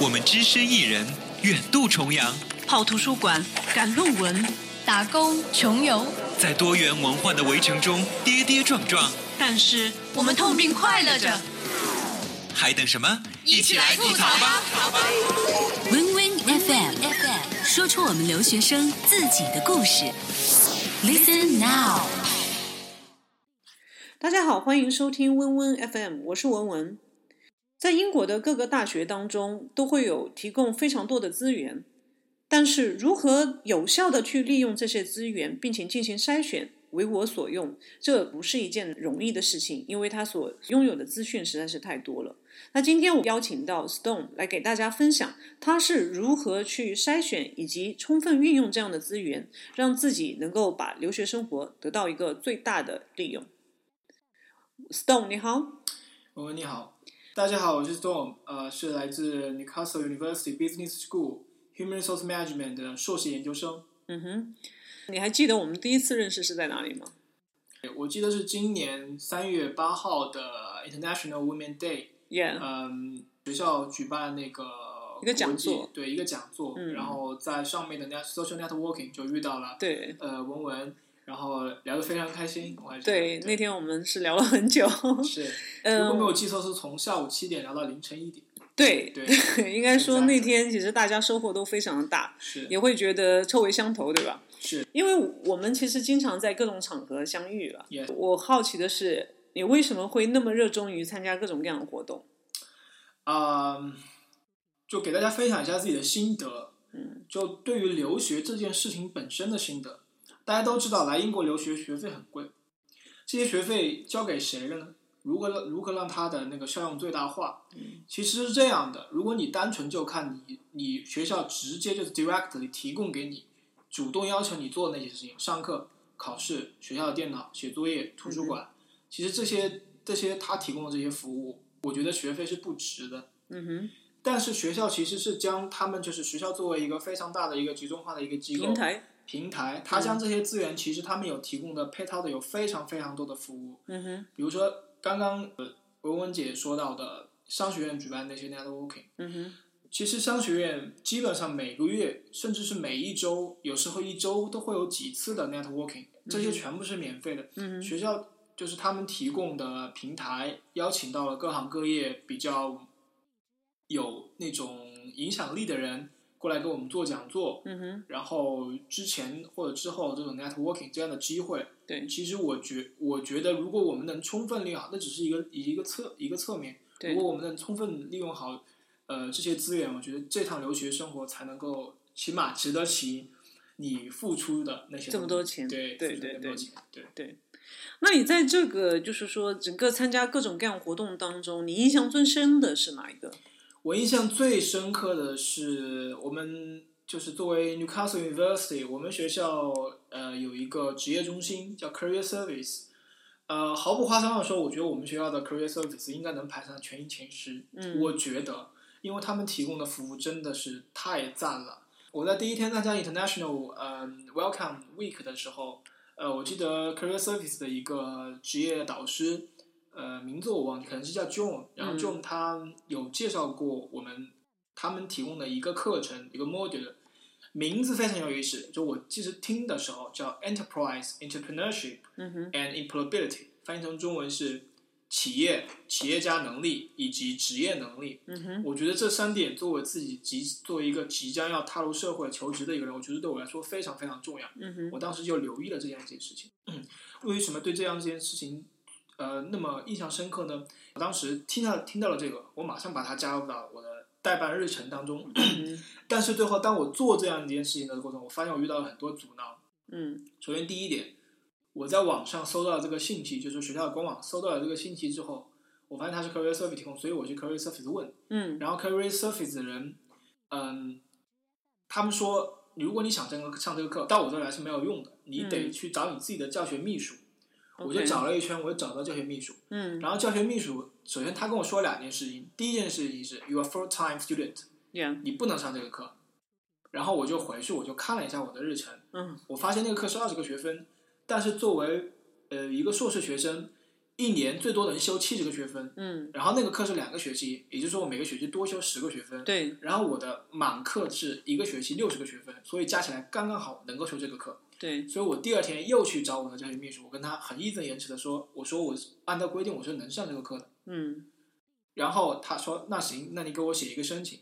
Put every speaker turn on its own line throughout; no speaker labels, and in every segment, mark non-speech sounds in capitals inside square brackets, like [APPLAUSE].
我们只身一人远渡重洋，
跑图书馆、赶论文、
打工、穷游，
在多元文化的围城中跌跌撞撞，
但是
我们痛并快乐着。
还等什么？一起来吐槽吧！
Win Win FM FM，说出我们留学生自己的故事。Listen now，
大家好，欢迎收听 Win Win FM，我是文文。在英国的各个大学当中，都会有提供非常多的资源，但是如何有效的去利用这些资源，并且进行筛选，为我所用，这不是一件容易的事情，因为他所拥有的资讯实在是太多了。那今天我邀请到 Stone 来给大家分享，他是如何去筛选以及充分运用这样的资源，让自己能够把留学生活得到一个最大的利用。Stone，你好，
文文你好。大家好，我是 Storm，呃，是来自 Newcastle University Business School Human Resource Management 的硕士研究生。
嗯哼，你还记得我们第一次认识是在哪里吗？
我记得是今年三月八号的 International Women Day，
？Yeah，
嗯，学校举办那个
一个讲座
国际对一个讲座，
嗯
然后在上面的那 social networking 就遇到了
对
呃文文，然后聊得非常开心，我还是
对，那天我们是聊了很久。
[LAUGHS] 是，如果没
嗯，
有记错是从下午七点聊到凌晨一点，
对 [LAUGHS]
对
应该说那
Exactly
天其实大家收获都非常的大，
是
也会觉得臭味相投，对吧？
是，
因为我们其实经常在各种场合相遇了。
Yes
我好奇的是，你为什么会那么热衷于参加各种各样的活动？
啊、就给大家分享一下自己的心得。
嗯，
就对于留学这件事情本身的心得，大家都知道来英国留学学费很贵，这些学费交给谁了呢？如何如何让它的那个效用最大化？
嗯
其实是这样的，如果你单纯就看你你学校直接就是 directly 提供给你，主动要求你做的那些事情，上课、考试、学校的电脑、写作业、图
嗯
书馆，其实这些这些他提供的这些服务，我觉得学费是不值的。
嗯哼，
但是学校其实是将他们就是学校作为一个非常大的一个集中化的一个机构
平台，
平台，
嗯
它将这些资源其实他们有提供的配套的有非常非常多的服务，
嗯哼，
比如说刚刚呃文文姐说到的商学院举办那些 networking，
嗯哼，
其实商学院基本上每个月甚至是每一周，有时候一周都会有几次的 networking，这些全部是免费的，
嗯哼，
学校就是他们提供的平台，邀请到了各行各业比较有那种影响力的人过来给我们做讲座，
嗯哼，
然后之前或者之后这种 networking 这样的机会，
对
其实我觉我觉得如果我们能充分利用好，那只是一个一个侧一个侧面，
对
如果我们能充分利用好呃这些资源，我觉得这趟留学生活才能够起码值得其你付出的那些
这么多
东西
钱
对
对
付出
对
那么多
对
钱对。
那你在这个就是说整个参加各种各样活动当中，你印象最深的是哪一个？
我印象最深刻的是，我们就是作为 Newcastle University，我们学校呃有一个职业中心叫 Career Service。呃，毫不夸张的说，我觉得我们学校的 Career Service 应该能排上全英前十。
嗯
我觉得，因为他们提供的服务真的是太赞了。我在第一天参加 International 呃 Welcome Week 的时候，呃，我记得 Career Service 的一个职业导师，呃，名字我忘记，可能是叫 John，然后
嗯
John 他有介绍过我们他们提供的一个课程，一个 module，名字非常有意思，就我其实听的时候叫 Enterprise Entrepreneurship
嗯哼，
and Employability，翻译成中文是企业、企业家能力以及职业能力。
嗯哼，
我觉得这三点作为自己即作为一个即将要踏入社会求职的一个人，我觉得对我来说非常非常重要。
嗯哼，
我当时就留意了这样一件事情。 [CLEARS THROAT] 为什么对这样一件事情，呃，那么印象深刻呢？我当时听到听到了这个，我马上把它加入到我的代办日程当中。 [CLEARS THROAT] 但是最后，当我做这样一件事情的过程，我发现我遇到了很多阻挠。
嗯
首先，第一点，我在网上搜到了这个信息，就是学校的官网搜到了这个信息之后，我发现它是 Career Service 提供，所以我去 Career Service 问。
嗯
然后 Career Service 的人，嗯，他们说，如果你想这个上这个课，到我这儿来是没有用的，你得
嗯
去找你自己的教学秘书。我
OK
就找了一圈，我就找到教学秘书。
嗯
然后教学秘书，首先他跟我说两件事情，第一件事情是 you are full time student，
，Yeah，
你不能上这个课。然后我就回去，我就看了一下我的日程，
嗯
我发现那个课是二十个学分，但是作为呃一个硕士学生，一年最多能修七十个学分，
嗯，
然后那个课是两个学期，也就是说我每个学期多修十个学分。。
对，
然后我的满课是一个学期六十个学分，所以加起来刚刚好能够修这个课。
对，
所以我第二天又去找我的教学秘书，我跟他很义正言辞的说，我说我按照规定我是能上这个课的。
嗯
然后他说：“那行，那你给我写一个申请。”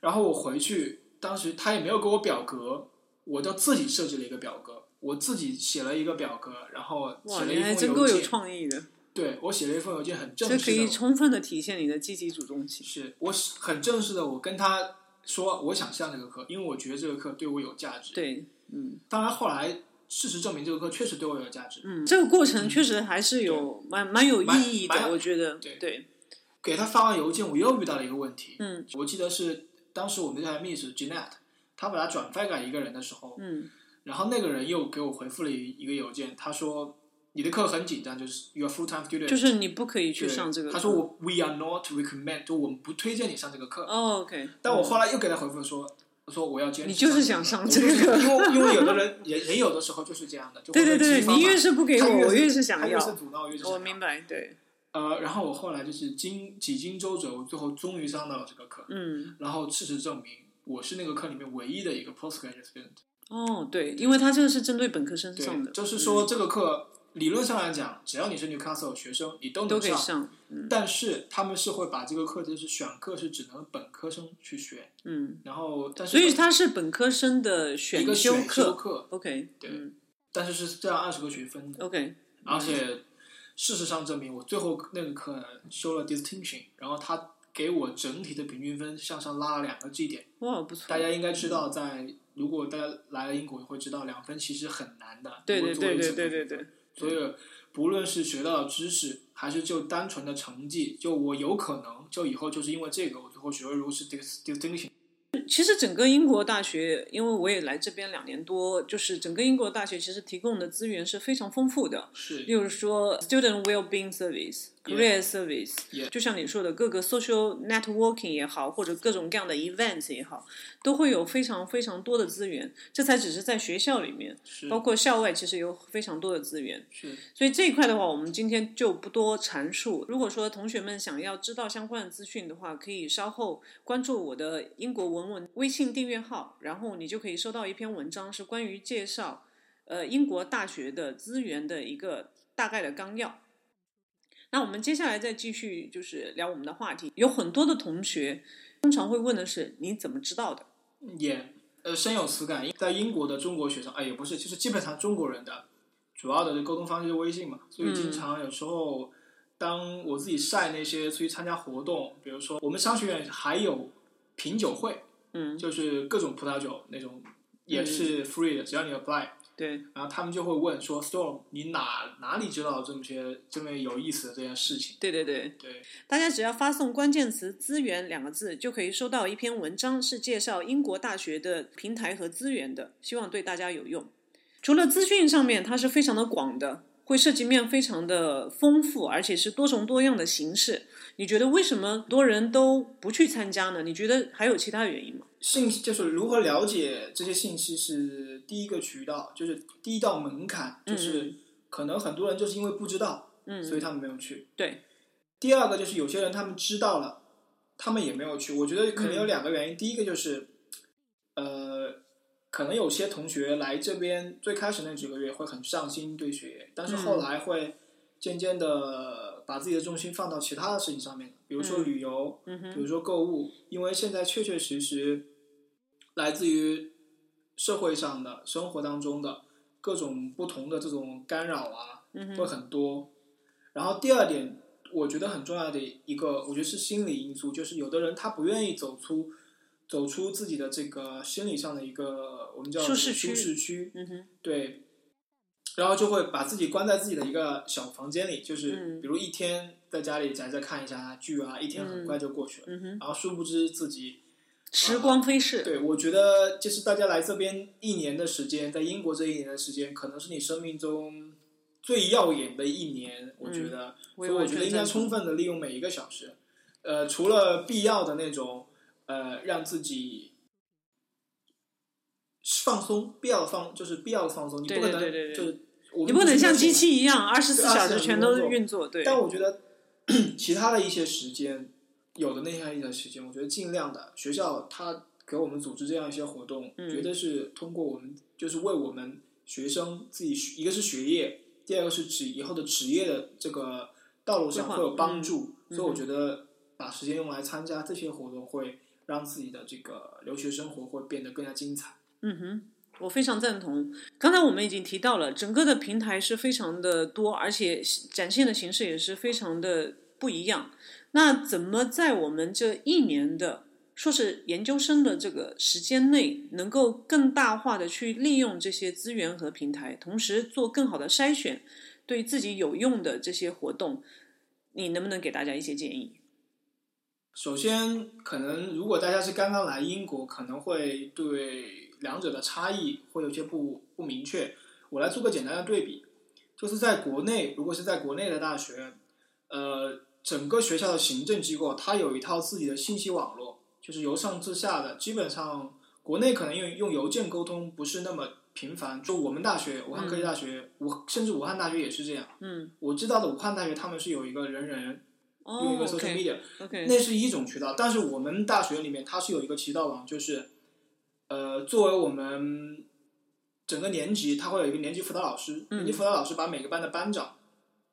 然后我回去，当时他也没有给我表格，我就自己设计了一个表格，我自己写了一个表格，然后
哇，
写了
你还
一
真
封
够
邮
有
件。
创意的，
对我写了一封邮件，很正
这可
式
以
的，
充分的体现你的积极主动性。
是我是很正式的，我跟他说我想上这个课，因为我觉得这个课对我有价值。，
对，嗯
当然后来事实证明这个课确实对我有价值。
嗯，这个过程确实还是有蛮蛮有
嗯蛮
意义
蛮
的，我觉得，
对
对，
给他发完邮件，我又遇到了一个问题。
嗯，
我记得是当时我们的教学秘书 Jeanette，他把它转发给一个人的时候，
嗯
然后那个人又给我回复了一一个邮件，他说你的课很紧张，就是 your full time student，
就是你不可以去
对
上这个课。
他说我 we are not recommend，就我们不推荐你上这个课。
哦，OK，
但我后来又给他回复说，我说我要坚持。
你就是想上这个
我
[LAUGHS]
就是因为因为有的人人人有的时候就是这样的，就
对对对，
会激发嘛
你越是不给
他
我，我
越
越是想
他越是
要。
阻挠，我越是
嗯我
想要
明白，对，
呃，然后我后来就是经几经周折，我最后终于上到了这个课。
嗯，
然后事实证明，我是那个课里面唯一的一个 postgraduate student。
哦，对，因为他这个是针对本科生上的，嗯
对，就是说这个课理论上来讲，只要你是 Newcastle 学生，你都
都
能
可以上，嗯
但是他们是会把这个课就是选课是只能本科生去学，
嗯，
然后但是
所以它是本科生的
一
选
个选
课
课，
，OK，
对
嗯
但是是这样二十个学分的，
，OK，
而且事实上证明我最后那个课修了 distinction，然后他给我整体的平均分向上拉了两个基点。
哇，不错，
大家应该知道在，如果大家来了英国会知道，两分其实很难的。
对对
如果作
对
为
对
整个
对对对，
所以，不论是学到的知识，还是就单纯的成绩，就我有可能就以后就是因为这个，我最后学会如何是 dis- distinction。
其实整个英国大学，因为我也来这边两年多，就是整个英国大学其实提供的资源是非常丰富的，例
是
如说 student well-being service、career service，、
Yeah.
就像你说的各个 social networking 也好，或者各种各样的 events 也好，都会有非常非常多的资源。这才只是在学校里面，
是
包括校外其实有非常多的资源。
是
所以这一块的话，我们今天就不多阐述。如果说同学们想要知道相关的资讯的话，可以稍后关注我的英国文文微信订阅号，然后你就可以收到一篇文章，是关于介绍呃英国大学的资源的一个大概的纲要。那我们接下来再继续就是聊我们的话题。有很多的同学通常会问的是，你怎么知道的？
也呃深有此感，在英国的中国学生啊、也不是，就是基本上中国人的主要的沟通方式就是微信嘛，所以经常有时候。当我自己晒那些出去参加活动，比如说我们商学院还有品酒会，
嗯，
就是各种葡萄酒那种，也是 free 的，只要你 apply。
对，
然后他们就会问说，Storm，你哪哪里知道这么些这么有意思的这件事情？
对对对。
对，
大家只要发送关键词“资源”两个字，就可以收到一篇文章，是介绍英国大学的平台和资源的，希望对大家有用。除了资讯上面，它是非常的广的，会涉及面非常的丰富，而且是多种多样的形式。你觉得为什么多人都不去参加呢？你觉得还有其他原因吗？
信息就是如何了解这些信息是第一个渠道，就是第一道门槛，就是可能很多人就是因为不知道，
嗯
所以他们没有去。
对，
第二个就是有些人他们知道了，他们也没有去。我觉得可能有两个原因，第一个就是，呃，可能有些同学来这边最开始那几个月会很上心对学业，但是后来会渐渐的把自己的重心放到其他的事情上面，比如说旅游，比如说购物，因为现在确确实实来自于社会上的、生活当中的各种不同的这种干扰啊，会很多。然后第二点，我觉得很重要的一个，我觉得是心理因素，就是有的人他不愿意走出走出自己的这个心理上的一个我们叫
舒适区
舒适区，
嗯哼，
对，然后就会把自己关在自己的一个小房间里，就
嗯
是比如一天在家里宅着看一下剧啊，一天很快就过去了，
嗯哼，
然后殊不知自己。
时光飞逝。
对，我觉得就是大家来这边一年的时间，在英国这一年的时间，可能是你生命中最耀眼的一年。我觉得，
嗯我
所
也
以
完
我
全
觉得应该
赞同
充分的利用每一个小时。呃，除了必要的那种，呃，让自己放松，必要的放就是必要的放松，你不
对
可
对
能
对对对
就是。我们
你不能像
是
机器一样二十四
对
小时
24
全都运作，对，
但我觉得其他的一些时间，有的那样一些时间，我觉得尽量的学校他给我们组织这样一些活动，
嗯
绝对是通过我们就是为我们学生自己学一个是学业，第二个是指以后的职业的这个道路上
规划
会有帮助，
嗯
所以我觉得把时间用来参加这些活动会。让自己的这个留学生活会变得更加精彩。
嗯哼，我非常赞同。刚才我们已经提到了，整个的平台是非常的多，而且展现的形式也是非常的不一样。那怎么在我们这一年的硕士研究生的这个时间内，能够更大化的去利用这些资源和平台，同时做更好的筛选，对自己有用的这些活动，你能不能给大家一些建议？
首先，可能如果大家是刚刚来英国，可能会对两者的差异会有些不不明确。我来做个简单的对比，就是在国内，如果是在国内的大学，呃，整个学校的行政机构它有一套自己的信息网络，就是由上至下的。基本上国内可能用用邮件沟通不是那么频繁，就我们大学，武汉科技大学，武、甚至武汉大学也是这样。
嗯，
我知道的武汉大学他们是有一个人人，用
哦
一个 social
，OK，OK，
media，、那是一种渠道，但是我们大学里面它是有一个渠道网，就是，呃，作为我们整个年级，它会有一个年级辅导老师，
嗯
年级辅导老师把每个班的班长，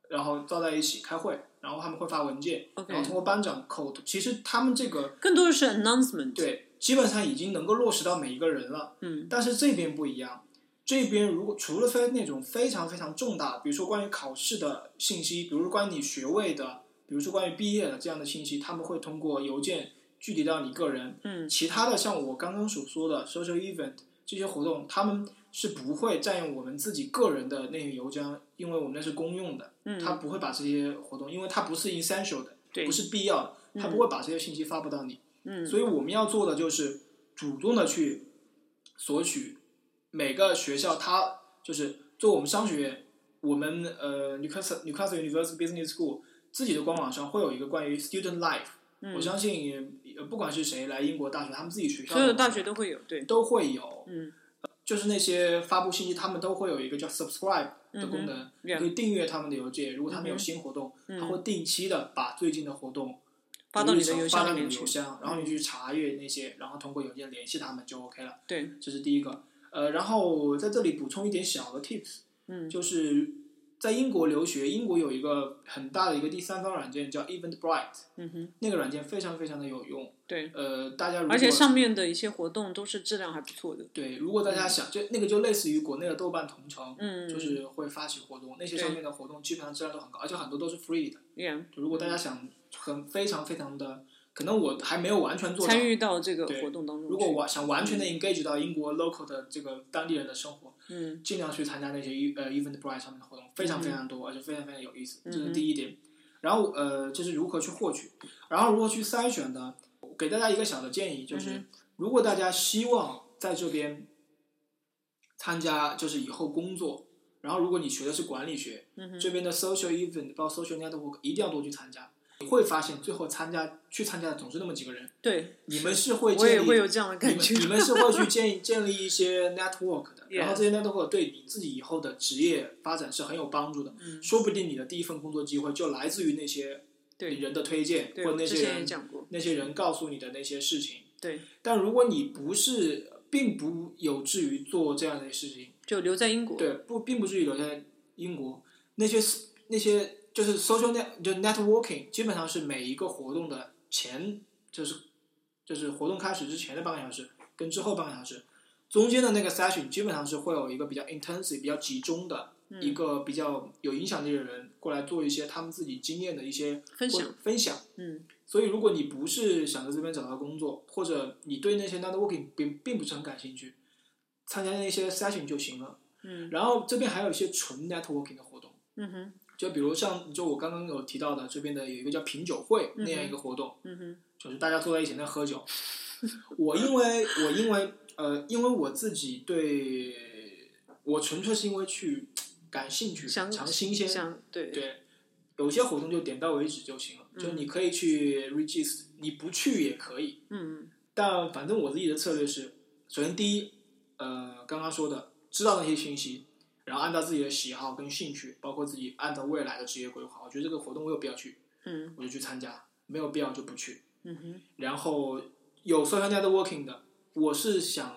然后招在一起开会，然后他们会发文件
OK
然后通过班长口头，其实他们这个
更多的是 announcement，，
对，基本上已经能够落实到每一个人了。
嗯
但是这边不一样，这边如果除了非那种非常非常重大，比如说关于考试的信息，比如说关于你学位的，比如说关于毕业的这样的信息，他们会通过邮件具体到你个人。
嗯
其他的像我刚刚所说的 social event 这些活动，他们是不会占用我们自己个人的那个邮箱，因为我们那是公用的，
嗯
他不会把这些活动，因为它不是 essential 的，
对
不是必要的，他不会把这些信息发布到你。
嗯，
所以我们要做的就是主动的去索取每个学校它就是做我们商学院，我们呃 Newcastle Newcastle University Business School 自己的官网上会有一个关于 Student Life，、我
嗯
相信呃不管是谁来英国大学，他们自己学校
所有的大学
都
都会有，对，
都会有，
嗯。
就是那些发布信息，他们都会有一个叫 subscribe
嗯
的功能，你
yeah
可以订阅他们的邮件。如果他们有新活动，他会定期的把最近的活动
嗯发到你的邮
发
箱
到
里
你
面
的
去嗯
邮。箱，然后你去查阅那些，然后通过邮件联系他们就 OK 了。
对，
这是第一个。呃，然后在这里补充一点小的 tips，
嗯
就是在英国留学，英国有一个很大的一个第三方软件叫 Eventbrite，
嗯哼，
那个软件非常非常的有用。
对，
呃，大家如果
而且上面的一些活动都是质量还不错的。
对，如果大家想，就那个就类似于国内的豆瓣同城，
嗯
就是会发起活动，那些
对
上面的活动基本上质量都很高，而且很多都是 free 的。
Yeah，
就如果大家想很非常非常的，可能我还没有完全做到
参与嗯到这个
对
活动当中去。
如果我想完全的 engage 到英国 local 的这个当地人的生活，
嗯，
尽量去参加那些 e- 呃 Eventbrite 上面的活动，非常非常多，而且非常非常有意思，这是第一点。然后呃，这是如何去获取，然后如何去筛选呢？给大家一个小的建议，就是、如果大家希望在这边参加，就是以后工作，然后如果你学的是管理学，这边的 social event 包括 social network 一定要多去参加。你会发现，最后参加去参加的总是那么几个人，
对，
你们是会
我
建立
也会有这样的感觉
你。们你们是会去建建立一些 network 的，
Yeah [LAUGHS]
然后这些 network 对你自己以后的职业发展是很有帮助的。
嗯
说不定你的第一份工作机会就来自于那些
对
人的推荐，
对
或者
我
那
之
些
前也
人
讲过
那些人告诉你的那些事情。
对，
但如果你不是，并不有志于做这样的事情，
就留在英国。
对，不，并不至于留在英国。那些那些就是 social net 就 networking，基本上是每一个活动的前，就是就是活动开始之前的半个小时跟之后半个小时，中间的那个 session 基本上是会有一个比较 intensive、比较集中的。
嗯
一个比较有影响力的人过来做一些他们自己经验的一些
分享
或者分享，
嗯，
所以，如果你不是想在这边找到工作，或者你对那些 networking 并并不是很感兴趣，参加那些 session 就行了。
嗯，
然后这边还有一些纯 networking 的活动，
嗯哼，
就比如像就我刚刚有提到的，这边的有一个叫品酒会那样一个活动，
嗯哼，
就是大家坐在一起那喝酒。我因为我因为呃，因为我自己对我纯粹是因为去感兴趣，
想
尝新鲜，
想对
对，有些活动就点到为止就行了，就你可以去 register，你不去也可以。
嗯，
但反正我自己的策略是，首先第一，呃，刚刚说的，知道那些信息，然后按照自己的喜好跟兴趣，包括自己按照未来的职业规划，我觉得这个活动我有必要去，
嗯
我就去参加，没有必要就不去。
嗯哼，
然后有 social networking 的，我是想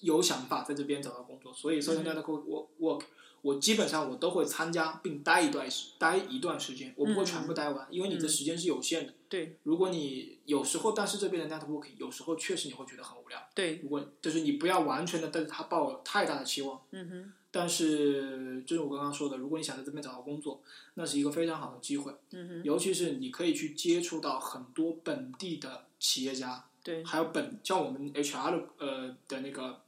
有想法在这边找到工作，
嗯
所以 social network work 我基本上我都会参加并待一段时待一段时间，我不会全部待完，因为你的时间是有限的。
嗯对
如果你有时候，但是这边的 networking 有时候确实你会觉得很无聊。
对，
如果就是你不要完全的对他抱有太大的期望，
嗯哼，
但是就是我刚刚说的，如果你想在这边找到工作，那是一个非常好的机会，
嗯哼，
尤其是你可以去接触到很多本地的企业家，
对，
还有本像我们 HR 的呃的那个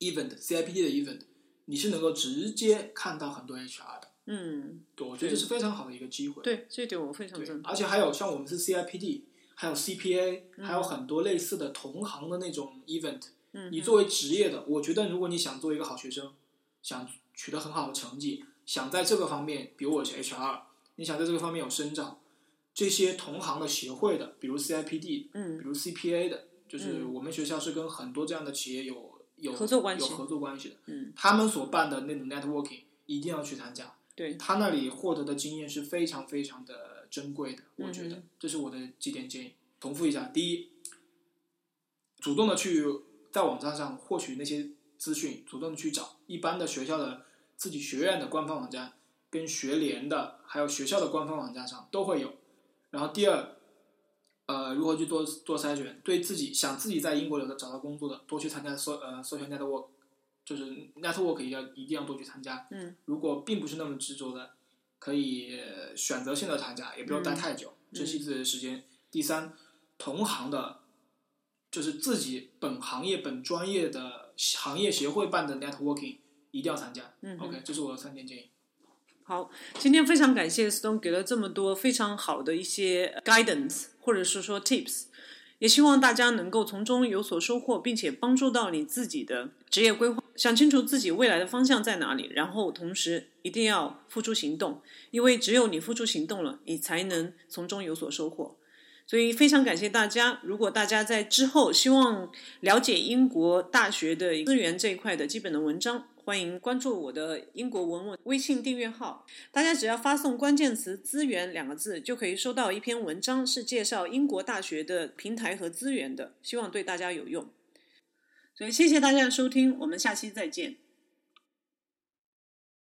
event CIPD 的 event，你是能够直接看到很多 HR 的，
嗯，
对，我觉得这是非常好的一个机会。
对，这点我非常
对
赞同。
而且还有像我们是 CIPD，还有 CPA，、还有很多类似的同行的那种 event。
嗯
你作为职业的，我觉得如果你想做一个好学生，想取得很好的成绩，想在这个方面，比如我是 HR，你想在这个方面有生长，这些同行的协会的，比如 CIPD，
嗯
比如 CPA 的，就是
嗯
我们学校是跟很多这样的企业有有
合作关系
有合作关系的，
嗯，
他们所办的那种 networking 一定要去参加，
对，
他那里获得的经验是非常非常的珍贵的，我觉得、
嗯
这是我的几点建议。重复一下：第一，主动的去在网站上获取那些资讯，主动的去找一般的学校的自己学院的官方网站，跟学联的还有学校的官方网站上都会有。然后第二，呃，如何去做做筛选？对自己想自己在英国留的找到工作的，多去参加 so 呃 social network，就是 network 一定要一定要多去参加。
嗯，
如果并不是那么执着的，可以呃选择性的参加，也不要
嗯
待太久，珍惜自己的时间。第三，同行的，就是自己本行业本专业的行业协会办的 networking 一定要参加。
嗯哼
OK，这是我的三点建议。
好，今天非常感谢 Stone 给了这么多非常好的一些呃 guidance，或者是说 tips，也希望大家能够从中有所收获，并且帮助到你自己的职业规划，想清楚自己未来的方向在哪里，然后同时一定要付出行动，因为只有你付出行动了，你才能从中有所收获。所以非常感谢大家。如果大家在之后希望了解英国大学的资源这一块的基本的文章，欢迎关注我的英国文文微信订阅号。大家只要发送关键词“资源”两个字，就可以收到一篇文章，是介绍英国大学的平台和资源的，希望对大家有用。所以谢谢大家的收听，我们下期再见。